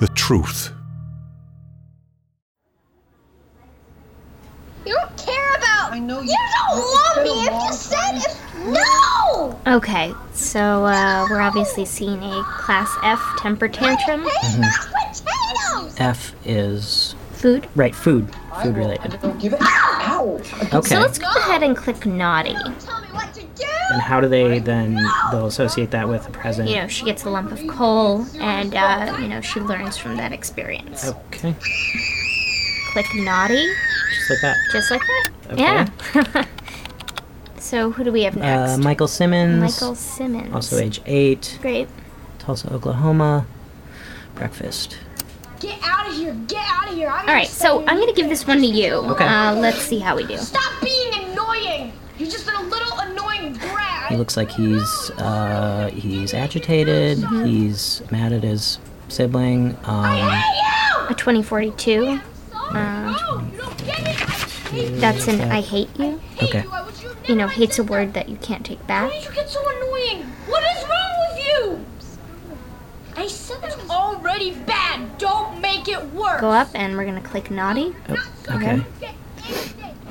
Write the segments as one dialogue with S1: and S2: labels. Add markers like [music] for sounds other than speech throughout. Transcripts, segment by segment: S1: the truth.
S2: You don't care about.
S3: I know you-
S2: You don't
S3: it's
S2: love
S3: been a
S2: me. If you
S3: long
S2: said
S3: time.
S2: if no,
S4: Okay, so uh, we're obviously seeing a Class F temper tantrum.
S2: I hate
S5: Mm-hmm.
S2: mashed potatoes.
S5: F is
S4: Food.
S5: right food,
S3: I
S5: food
S3: will-
S5: related.
S3: I will give it. Ow!
S5: Okay.
S4: So let's go ahead and click naughty.
S2: Tell me what to do.
S5: And how do they then they'll associate that with the present?
S4: You know, she gets a lump of coal, and uh, you know she learns from that experience.
S5: Okay,
S4: Click naughty,
S5: just like that.
S4: just like that.
S5: Okay.
S4: Yeah. [laughs] so who do we have next?
S5: Uh, Michael Simmons,
S4: Michael Simmons.
S5: also age eight,
S4: Great.
S5: Tulsa, Oklahoma. Breakfast.
S2: Get out of here. Get out of here. I'm
S4: All right, so I'm gonna give this one to you.
S5: Okay.
S4: Uh, let's see how we do.
S2: Stop being annoying. You've just been a little annoying brat.
S5: He looks like he's uh, he's agitated.
S4: Mm-hmm.
S5: He's mad at his sibling. Um,
S2: Hey,
S4: A 2042.
S2: you! Sorry. no, you don't get it. I hate you.
S4: That's an I hate you.
S2: I hate
S5: Okay.
S2: you. I wish you had
S4: You know,
S2: never
S4: hate's a
S2: done
S4: word that you can't take back.
S2: Why did you get so annoying? What is wrong with you? I said it's already bad. Don't make it worse.
S4: Go up, and we're gonna click naughty.
S5: oh, okay.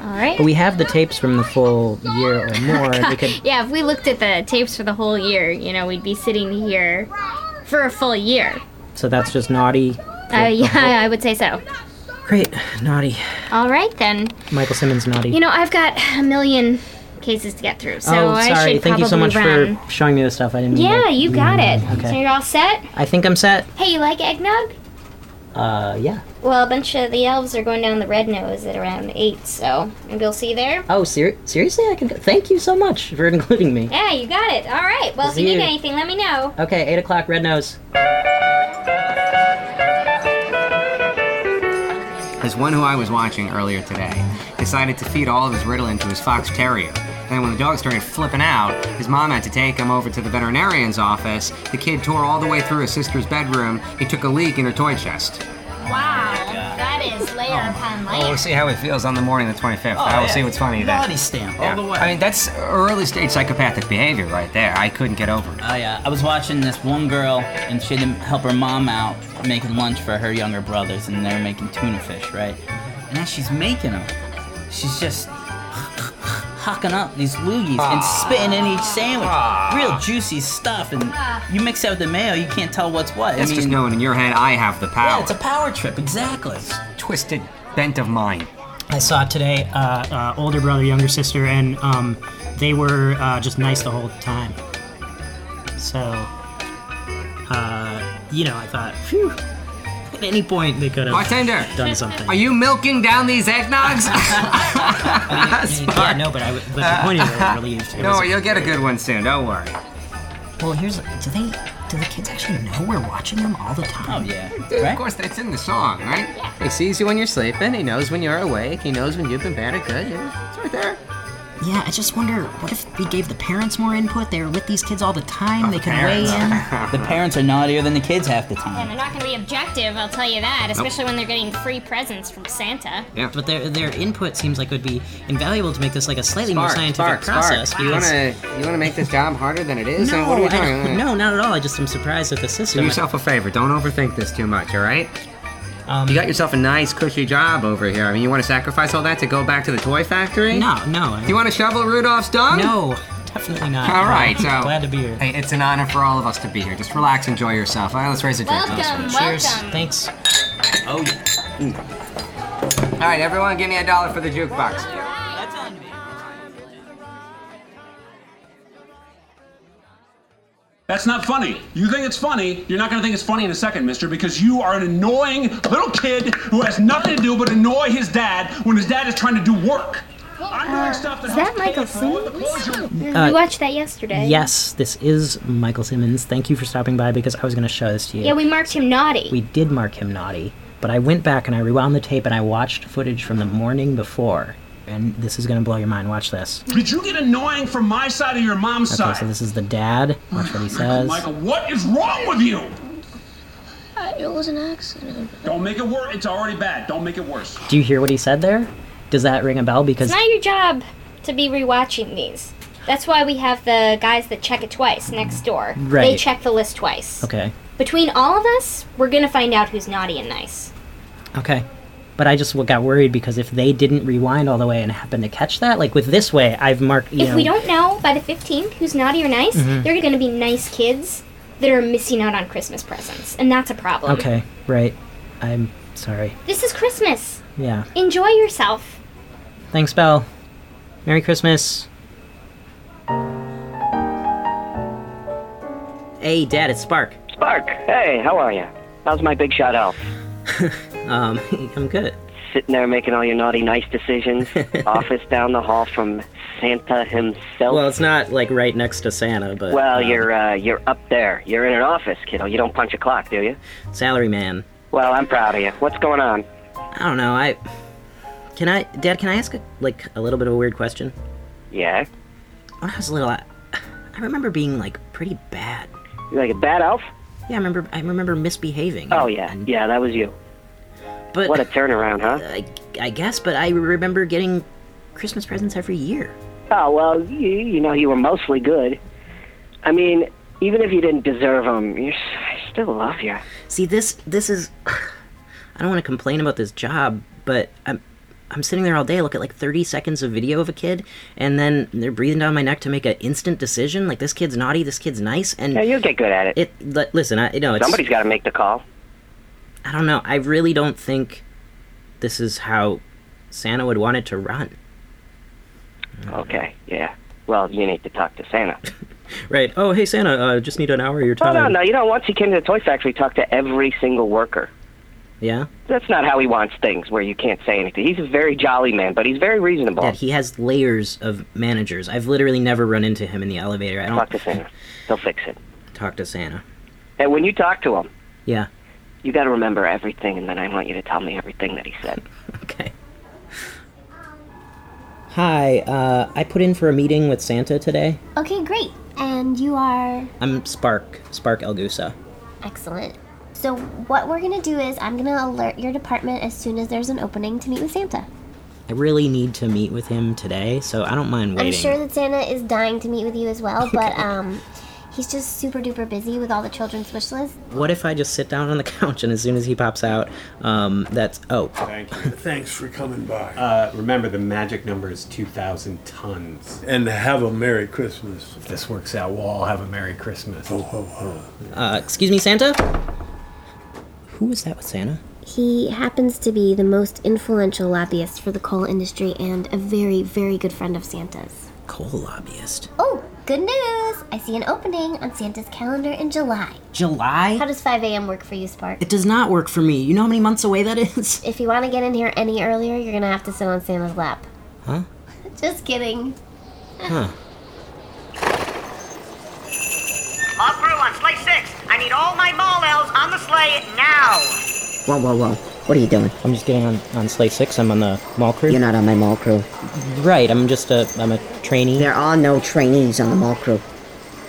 S4: All right. [laughs]
S5: We have the tapes from the full year
S4: Oh
S5: or more. We could
S4: yeah, if we looked at the tapes for the whole year, you know, we'd be sitting here for a full year.
S5: So that's just naughty.
S4: Uh, yeah, I would say so.
S5: Great, naughty.
S4: All right then.
S5: Michael Simmons, naughty.
S4: You know, I've got a million cases to get through, so
S5: oh,
S4: I
S5: sorry.
S4: should
S5: Thank
S4: probably
S5: you so much
S4: run.
S5: for showing me this stuff. I didn't. mean
S4: Yeah,
S5: to-
S4: you got it.
S6: Mm,
S5: okay.
S4: So you're all set.
S5: I think I'm set.
S4: Hey, you like eggnog?
S5: Uh, yeah.
S4: Well, a bunch of the elves are going down the red nose at around eight, so maybe we'll see you there.
S5: Oh, ser- seriously? I can. Go- Thank you so
S6: [laughs]
S5: much for including me.
S4: Yeah, you got it. All right. Well, if you
S5: See
S4: need
S5: you.
S4: anything, let me know.
S5: Okay, eight o'clock. Red nose.
S7: As one who I was watching earlier today decided to feed all of his Ritalin to his fox terrier. And when the dog started flipping out, his mom had to take him over to the veterinarian's office. The kid tore all the way through his sister's bedroom. He took a leak in her toy chest.
S4: Wow, that is layer upon
S7: Oh, Well, we'll see how it feels on the morning of the 25th. I will Oh, see what's funny
S8: Naughty
S7: then.
S8: stamp
S7: Yeah.
S8: all the way.
S7: I mean, that's early stage psychopathic behavior right there. I couldn't get over it.
S8: I, uh, I was watching this one girl, and she had to help her mom out making lunch for her younger brothers, and they were making tuna fish, right? And as she's making them, she's just [laughs] hucking up these loogies and
S7: Ah.
S8: spitting in each sandwich. Real juicy stuff, and you mix that with the mayo, you can't tell what's what.
S7: That's
S8: I mean,
S7: just knowing in your head I have the power.
S8: yeah, it's
S7: [laughs]
S8: a power trip, exactly.
S7: twisted bent of mind.
S6: I saw it today, uh, uh, older brother, younger sister, and um, they were uh, just nice the whole time. So, uh, you know, I thought, phew, at any point they could have
S7: Bartender,
S6: done something.
S7: are you milking down these eggnogs?
S6: yeah, no, but I w- but the point is,
S7: [laughs]
S6: I was relieved. It
S7: [laughs] No,
S6: was-
S7: you'll get a good one soon. Don't worry.
S5: Well, here's. Do they? Do the kids actually know we're watching them all the time?
S8: Oh, yeah.
S7: Of
S8: Right?
S7: course, that's in the song, right? He sees you when you're sleeping. He knows when you're awake. He knows when you've been bad or good. Yeah, It's right there.
S5: Yeah, I just wonder what if we gave the parents more input? They were with these kids all the time. they could
S7: parents.
S5: weigh in.
S8: The parents are naughtier than the kids half the time.
S4: And they're not going to be objective, I'll tell you that, especially when they're getting free presents from Santa.
S6: [laughs] but their their input seems like would be invaluable to make this like a slightly more scientific process.
S7: You
S6: because-
S7: wanna you wanna make this job harder than it is?
S6: no,
S7: Uh, what are we
S6: I don't- [laughs]
S7: doing?
S6: no, not at all. I just am surprised at the
S7: Do
S6: system.
S7: yourself a favor. Don't overthink this too much. All right.
S6: Um,
S7: You got yourself a nice cushy job over here. I mean, you want to sacrifice all that to go back to the toy factory?
S6: no, no, I-
S7: You want to shovel Rudolph's dung?
S6: no, definitely not.
S7: All
S6: [laughs]
S7: right, so
S6: glad to be here.
S7: Hey, it's an honor for all of us to be here. Just relax, enjoy yourself. All right, let's raise a drink.
S4: Welcome,
S6: Cheers.
S4: welcome.
S6: Thanks.
S8: Oh, yeah.
S7: All right, everyone, give me a dollar for the jukebox.
S8: That's on me.
S9: That's not funny. You think it's funny. You're not going to think it's funny in a second, mister, because you are an annoying little kid who has nothing to do but annoy his dad when his dad is trying to do work. I'm
S2: uh,
S9: doing stuff that
S4: is that
S9: helps
S4: Michael
S9: pay for all the clothes you're-
S4: we Mm-hmm. watched that yesterday.
S5: uh, Yes, this is Michael Simmons. Thank you for stopping by because I was going to show this to you.
S4: Yeah, we marked him naughty.
S5: we did mark him naughty, but I went back and I rewound the tape and I watched footage from the morning before. And this is going to blow your mind. Watch this.
S9: Did you get annoying from my side or your mom's
S5: Okay,
S9: side?
S5: so this is the dad. Watch what he says.
S9: Michael, what is wrong with you?
S2: Uh, It was an accident.
S9: Don't make it worse. It's already bad. Don't make it worse.
S5: Do you hear what he said there? Does that ring a bell? Because
S4: it's not your job to be rewatching these. That's why we have the guys that check it twice next door. They
S5: Right.
S4: check the list twice.
S5: Okay.
S4: Between all of us, we're gonna find out who's naughty and nice.
S5: Okay. But I just w- got worried because if they didn't rewind all the way and happen to catch that, like with this way, I've marked. You
S4: if
S5: know,
S4: we don't know by the 15th who's naughty or nice,
S5: Mm-hmm.
S4: they're gonna be nice kids that are missing out on Christmas presents, and that's a problem.
S5: Okay. Right. I'm sorry.
S4: This is Christmas.
S5: Yeah.
S4: Enjoy yourself.
S5: Thanks, Belle. Merry Christmas. Hey, Dad, it's Spark.
S6: Spark, hey, how are you? How's my big shot elf?
S5: [laughs] Um, [laughs] I'm good.
S6: Sitting there making all your naughty nice decisions. Office down the hall from Santa himself.
S5: Well, it's not like right next to Santa, but
S6: Well,
S5: um,
S6: you're uh, you're up there. You're in an office, kiddo. You don't punch a clock, do you?
S5: uh, salary man.
S6: Well, I'm proud of you. What's going on?
S5: I don't know. I can I, Dad? Can I ask a, like a little bit of a weird question?
S6: Yeah,
S5: When I was little, I, [sighs] I remember being like pretty bad.
S6: you like a bad elf?
S5: Yeah, I remember. I remember misbehaving.
S6: Oh yeah,
S5: And-
S6: yeah, that was you.
S5: But
S6: What a turnaround,
S5: [laughs]
S6: huh?
S5: I, I guess. But I remember getting Christmas presents every year.
S6: Oh well, you, you know you were mostly good. I mean, even if you didn't deserve them, you I still love you.
S5: See, this this is. [sighs] I don't want to complain about this job, but I'm I'm sitting there all day, look at like 30 seconds of video of a kid, and then they're breathing down my neck to make an instant decision. Like this kid's naughty, this kid's nice, and
S6: Yeah, you'll get good at it.
S5: it. li- Listen, I no, it's,
S6: Somebody's got to make the call.
S5: I don't know. I really don't think this is how Santa would want it to run.
S6: Okay, yeah. Well, you need to talk to Santa.
S5: Right? Oh, hey Santa, uh, just need an hour of your
S6: Oh
S5: time.
S10: Um,
S6: no, no, you know, once he came to the toy factory, he talked to every single worker.
S5: Yeah.
S6: That's not how he wants things, where you can't say anything. He's a very jolly man, but he's very reasonable.
S5: Dad, he has layers of managers. I've literally never run into him in the elevator. I don't
S6: Talk to Santa. He'll fix it.
S5: Talk to Santa.
S6: And when you talk to him,
S5: Yeah.
S6: you got to remember everything, and then I want you to tell me everything that he said.
S5: Okay. Hi, uh, I put in for a meeting with Santa today.
S3: Okay, great. And you are
S5: I'm Spark, Spark Elgusa.
S3: excellent. So, what we're gonna do is I'm gonna alert your department as soon as there's an opening to meet with Santa.
S5: I really need to meet with him today, so I don't mind
S3: I'm
S5: waiting.
S3: sure that Santa is dying to meet with you as well, but um, he's just super duper busy with all the children's wish lists.
S5: What if I just sit down on the [laughs] couch and as soon as he pops out, um, that's. Oh,
S11: Thank you.
S1: Thanks for coming by.
S11: Uh, remember, the magic number is 2,000 tons.
S1: and have a Oh, Merry Christmas.
S11: If this works out, we'll all have a Merry Christmas.
S1: Ho, ho, ho.
S5: uh, excuse me, Santa? Who was that with Santa?
S3: He happens to be the most influential lobbyist for the coal industry and a very, very good friend of Santa's.
S5: Coal lobbyist.
S3: Oh, good news! I see an opening on Santa's calendar in July. How
S5: July?
S3: does 5 a.m. work for you, Spark?
S5: It does not work for me. You know how many months away that is?
S3: If you want to get in here any earlier, you're gonna have to sit on Santa's lap.
S5: Huh?
S3: [laughs] Just kidding.
S5: Huh.
S12: All crew on sleigh six. I need all my mall elves on the sleigh now.
S10: Whoa, whoa, whoa. What are you doing?
S5: I'm just getting on, on Slate 6. I'm on the mall crew.
S10: You're not on my mall crew.
S5: Right, I'm just a I'm a trainee.
S10: There are no trainees on the mall crew.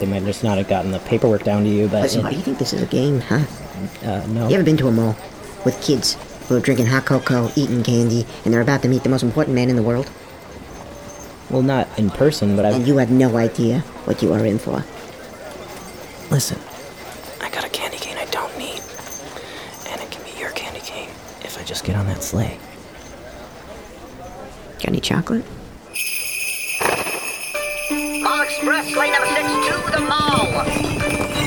S5: They might just not have gotten the paperwork down to you, but
S10: Listen, why do
S5: it,
S10: you think this is a game, huh?
S5: uh, no.
S10: You ever been to a mall with kids who are drinking hot cocoa, eating candy, and they're about to meet the most important man in the world?
S5: Well, not in person, but I.
S10: And you have no idea what you are in for.
S5: Listen, I got a candy cane I don't need, and it can be your candy cane if I just get on that sleigh.
S10: Got any chocolate?
S12: Mall Express, sleigh number six to the mall.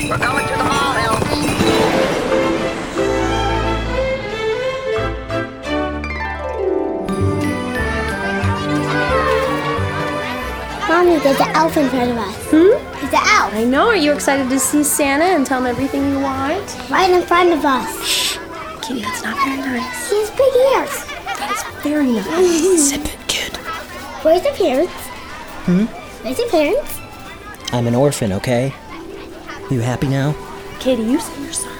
S12: We're going to the mall, elves.
S3: Mommy, there's an elf in front of us. Hmm? There's an elf. I know. Are you excited to see Santa and tell him everything you want? Right in front of us. Shh. Kitty, that's not very nice. He has big ears. That's very nice. Zip it, kid. Where's the parents?
S5: Hmm?
S3: Where's the parents?
S5: I'm an orphan, okay? You happy now?
S3: Kitty, you say your son.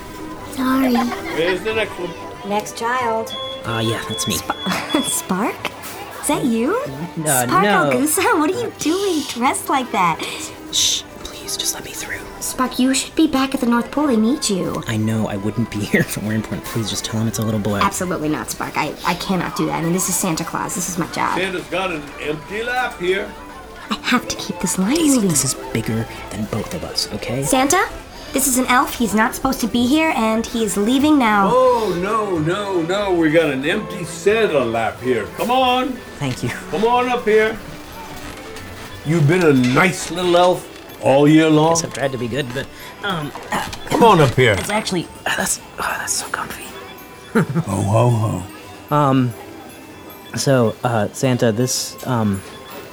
S3: Sorry.
S11: Where's the next one?
S13: Next child.
S5: Ah, yeah, that's me.
S13: Spark? Is that you? [laughs]
S5: Uh,
S13: Spark
S5: no.
S13: Algusa, what are you doing dressed like that?
S5: Shh, please just let me through.
S3: Spark, you should be back at the North Pole. They need you.
S5: I know I wouldn't be [laughs] here if it weren't important. Please just tell him it's a little boy.
S13: Absolutely not, Spark. I, I cannot do that. I mean, this is Santa Claus. This is my job.
S1: Santa's got an empty lap here.
S13: I I have to keep this line
S5: Daisy,
S13: moving.
S5: this is bigger than both of us, okay?
S13: Santa, this is an elf. He's not supposed to be here, and he is leaving now.
S1: Oh, no, no, no. We got an empty Santa lap here. Come on.
S5: Thank you. [laughs]
S1: Come on up here. You've been a nice little elf all year long.
S5: I've tried to be good, but um,
S1: Come on up here.
S5: it's actually that's oh, that's so comfy.
S1: Ho, ho, ho.
S5: Um, so uh, Santa, this um,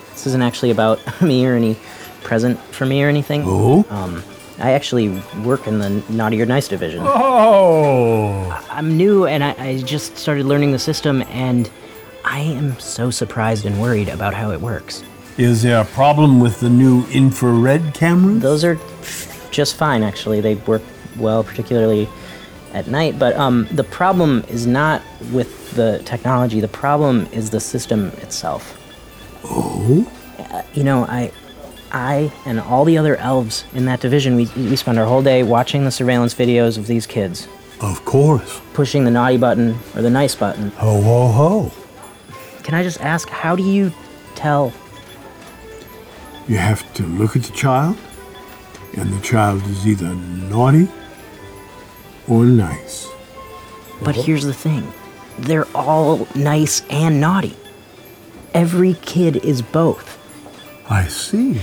S5: this isn't actually about [laughs] me or any present for me or anything.
S1: Oh.
S5: Um, I actually work in the naughty or nice division.
S1: Oh.
S5: I'm new and I, I just started learning the system, and I am so surprised and worried about how it works.
S1: Is there a problem with the new infrared cameras?
S5: Those are just fine, actually. They work well, particularly at night. But um, the problem is not with the technology. The problem is the system itself.
S1: Oh.
S5: Uh, you know, I, I, and all the other elves in that division, we we spend our whole day watching the surveillance videos of these kids,
S1: Of course.
S5: pushing the naughty button or the nice button.
S1: Ho, ho, ho.
S5: Can I just ask, how do you tell?
S1: You have to look at the child, and the child is either naughty or nice.
S5: But here's the thing they're all nice and naughty. Every kid is both.
S1: I see.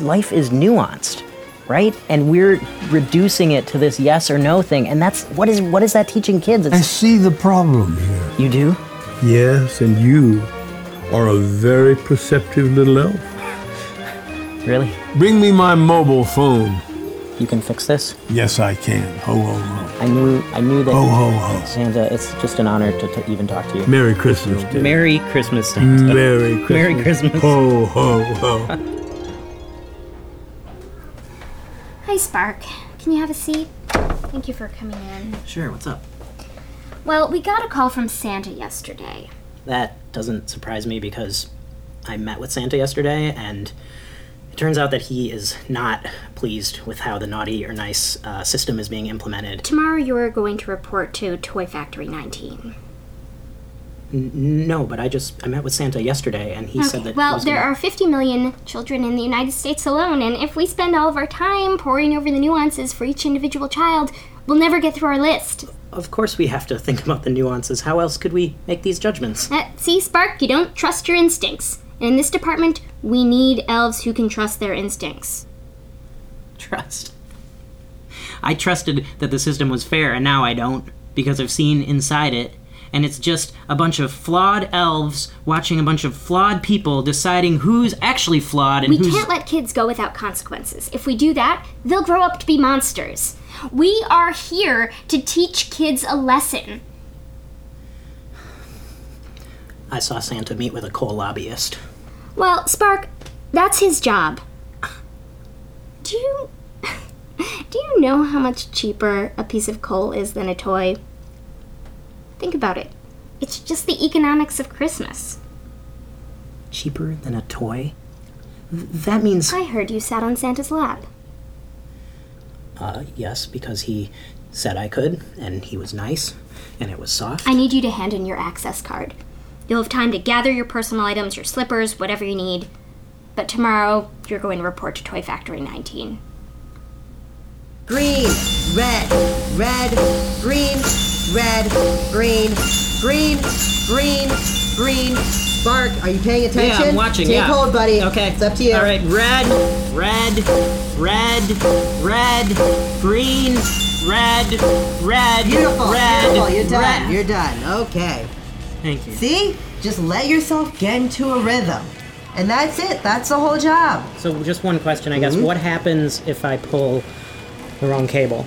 S5: Life is nuanced, right? And we're reducing it to this yes or no thing. And that's what is what is that teaching kids?
S1: I
S5: It's,
S1: see the problem here.
S5: You do?
S1: Yes, and you are a very perceptive little elf.
S5: Really?
S1: Bring me my mobile phone.
S5: You can fix this?
S1: Yes, I can. Ho, ho, ho.
S5: I knew I knew that.
S1: Ho, ho, ho.
S5: Santa, it's just an honor to, to even talk to you.
S1: Merry Christmas, Dave.
S5: Merry Christmas, Santa. Oh.
S1: Merry Christmas.
S5: Merry Christmas.
S1: Ho, ho, ho.
S4: Hi, Spark. Can you have a seat? Thank you for coming in.
S5: Sure, what's up?
S4: Well, we got a call from Santa yesterday.
S5: That doesn't surprise me because I met with Santa yesterday, and it turns out that he is not pleased with how the naughty or nice uh, system is being implemented.
S4: Tomorrow you're going to report to Toy Factory 19.
S5: N- no, but I just I met with Santa yesterday, and he said that. he
S4: well,
S5: was
S4: there
S5: gonna-
S4: are 50 million children in the United States alone, and if we spend all of our time poring over the nuances for each individual child, we'll never get through our list.
S5: Of course, we have to think about the nuances. How else could we make these judgments?
S4: Uh, see, Spark, you don't trust your instincts. And in this department, we need elves who can trust their instincts.
S5: [laughs] Trust. I trusted that the system was fair, and now I don't because I've seen inside it, and it's just a bunch of flawed elves watching a bunch of flawed people deciding who's actually flawed and
S4: We
S5: who's.
S4: can't let kids go without consequences. If we do that, they'll grow up to be monsters. We are here to teach kids a lesson.
S5: I saw Santa meet with a coal lobbyist.
S4: Well, Spark, that's his job. Do you [laughs] do you know how much cheaper a piece of coal is than a toy? Think about it. It's just the economics of Christmas.
S5: Cheaper than a toy? That means
S4: I heard you sat on Santa's lap.
S5: Uh, yes, because he said I could, and he was nice, and it was soft.
S4: I need you to hand in your access card. You'll have time to gather your personal items, your slippers, whatever you need. But tomorrow, you're going to report to Toy Factory 19.
S12: Green, red, red, green, red, green, green, green, green. Spark, are you paying attention?
S5: Yeah, I'm watching.
S12: Take
S5: yeah.
S12: hold, buddy.
S5: Okay.
S12: It's up to you.
S5: All right. Red, red, red, red, green, red, red,
S12: Beautiful.
S5: red.
S12: Beautiful. You're done.
S5: red.
S12: You're done. Okay.
S5: Thank you.
S12: See? Just let yourself get into a rhythm. And that's it. That's the whole job.
S5: So, just one question, I guess.
S12: Mhm.
S5: What happens if I pull the wrong cable?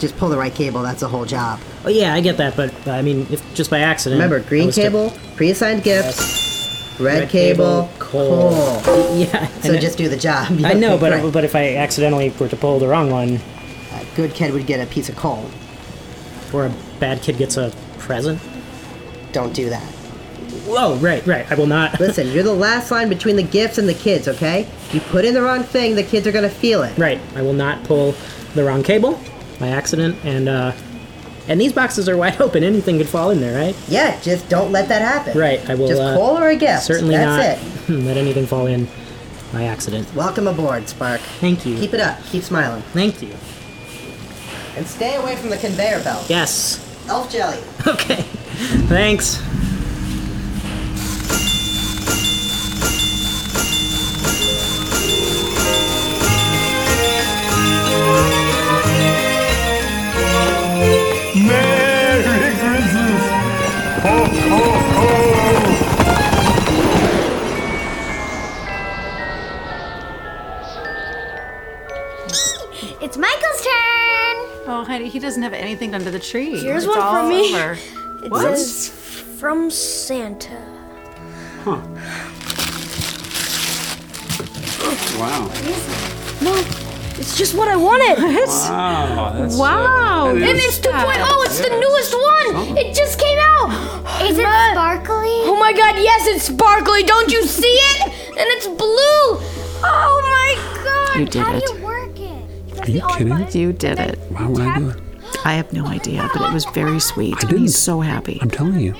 S12: Just pull the right cable. That's the whole job.
S5: Oh, yeah, I get that, but but I mean, if just by accident.
S12: Remember,
S5: I
S12: green
S5: was to-
S12: cable, pre-assigned gifts, red, cable,
S5: coal.
S12: coal.
S5: [laughs] Yeah.
S12: [laughs] So
S5: and it-
S12: just do the job.
S5: I know, but
S12: Right.
S5: but if I accidentally were to pull the wrong one,
S12: a good kid would get a piece of coal.
S5: or a bad kid gets a present.
S12: Don't do that.
S5: Whoa! Right, right. I will not.
S12: Listen, you're the last line between the gifts and the kids, okay? You put in the wrong thing, the kids are gonna feel it.
S5: [laughs] Right. I will not pull the wrong cable by accident, and uh, and these boxes are wide [laughs] open. Anything could fall in there, right?
S12: Yeah, just don't let that happen.
S5: Right. I will.
S12: Just
S5: uh,
S12: call her a gift.
S5: Certainly [laughs]
S12: That's
S5: not let anything fall in. by accident.
S12: Welcome aboard, Spark.
S5: Thank you.
S12: Keep it up. Keep smiling.
S5: Thank you.
S12: And stay away from the conveyor belt.
S5: Yes.
S12: Elf jelly.
S5: [laughs] Okay. Thanks.
S14: Merry Christmas! Ho, ho, ho!
S2: It's Michael's turn.
S15: Oh, honey, he doesn't have anything under the tree.
S2: Here's
S15: It's
S2: one for
S15: all
S2: me.
S15: over.
S2: It
S15: What?
S2: says from Santa.
S9: Wow.
S2: No, it's just what I wanted.
S9: Wow. That's,
S2: Wow,
S9: that
S2: and
S9: is-
S2: it's 2.0. It's the
S9: Yeah.
S2: newest one. It just came out.
S16: Is it
S2: sparkly? Oh my God! Yes, it's sparkly. Don't you see it? And it's blue. Oh my God!
S15: You did
S2: How
S15: it.
S2: do you work it?
S15: Are you kidding? You did it. Why would I do it? I have no idea, but it was very sweet. I didn't. He's so happy. I'm telling you.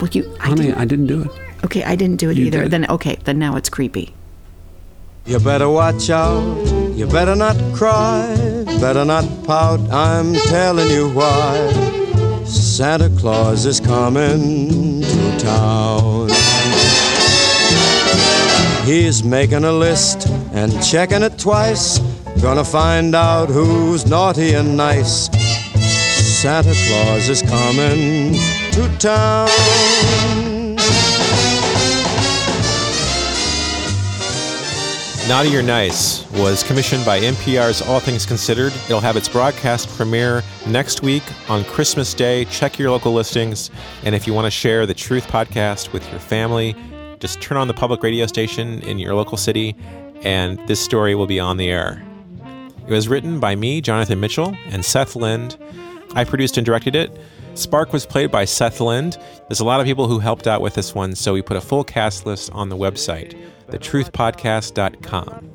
S15: Well, you. I Honey, didn't. I didn't do it. Okay, I didn't do it either. Then okay, then now it's creepy.
S17: You better watch out. You better not cry. Better not pout. I'm telling you why. Santa Claus is coming to town. He's making a list and checking it twice. Gonna find out who's naughty and nice. Santa Claus is coming to town.
S18: Naughty or Nice was commissioned by NPR's All Things Considered. It'll have its broadcast premiere next week on Christmas Day. Check your local listings. And if you want to share the Truth Podcast with your family, just turn on the public radio station in your local city, and this story will be on the air. It was written by me, Jonathan Mitchell, and Seth Lind. I produced and directed it. Spark was played by Seth Lind. There's a lot of people who helped out with this one, so we put a full cast list on the website, uh, thetruthpodcast.com.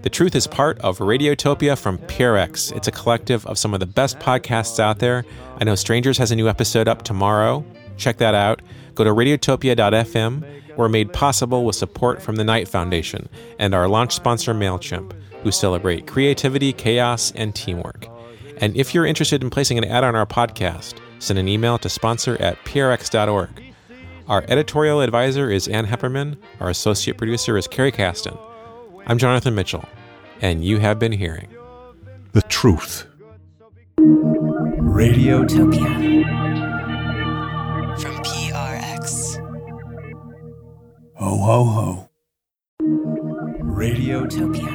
S18: The Truth is part of Radiotopia from PureX. It's a collective of some of the best podcasts out there. I know Strangers has a new episode up tomorrow. Check that out. Go to radiotopia.fm. We're made possible with support from the Knight Foundation and our launch sponsor, MailChimp, who celebrate creativity, chaos, and teamwork. And if you're interested in placing an ad on our podcast, send an email to sponsor at prx.org. Our editorial advisor is Ann Hepperman. Our associate producer is Carrie Caston. I'm Jonathan Mitchell, and you have been hearing
S17: The Truth.
S1: Radiotopia. From PRX.
S14: Ho, ho, ho.
S1: Radiotopia.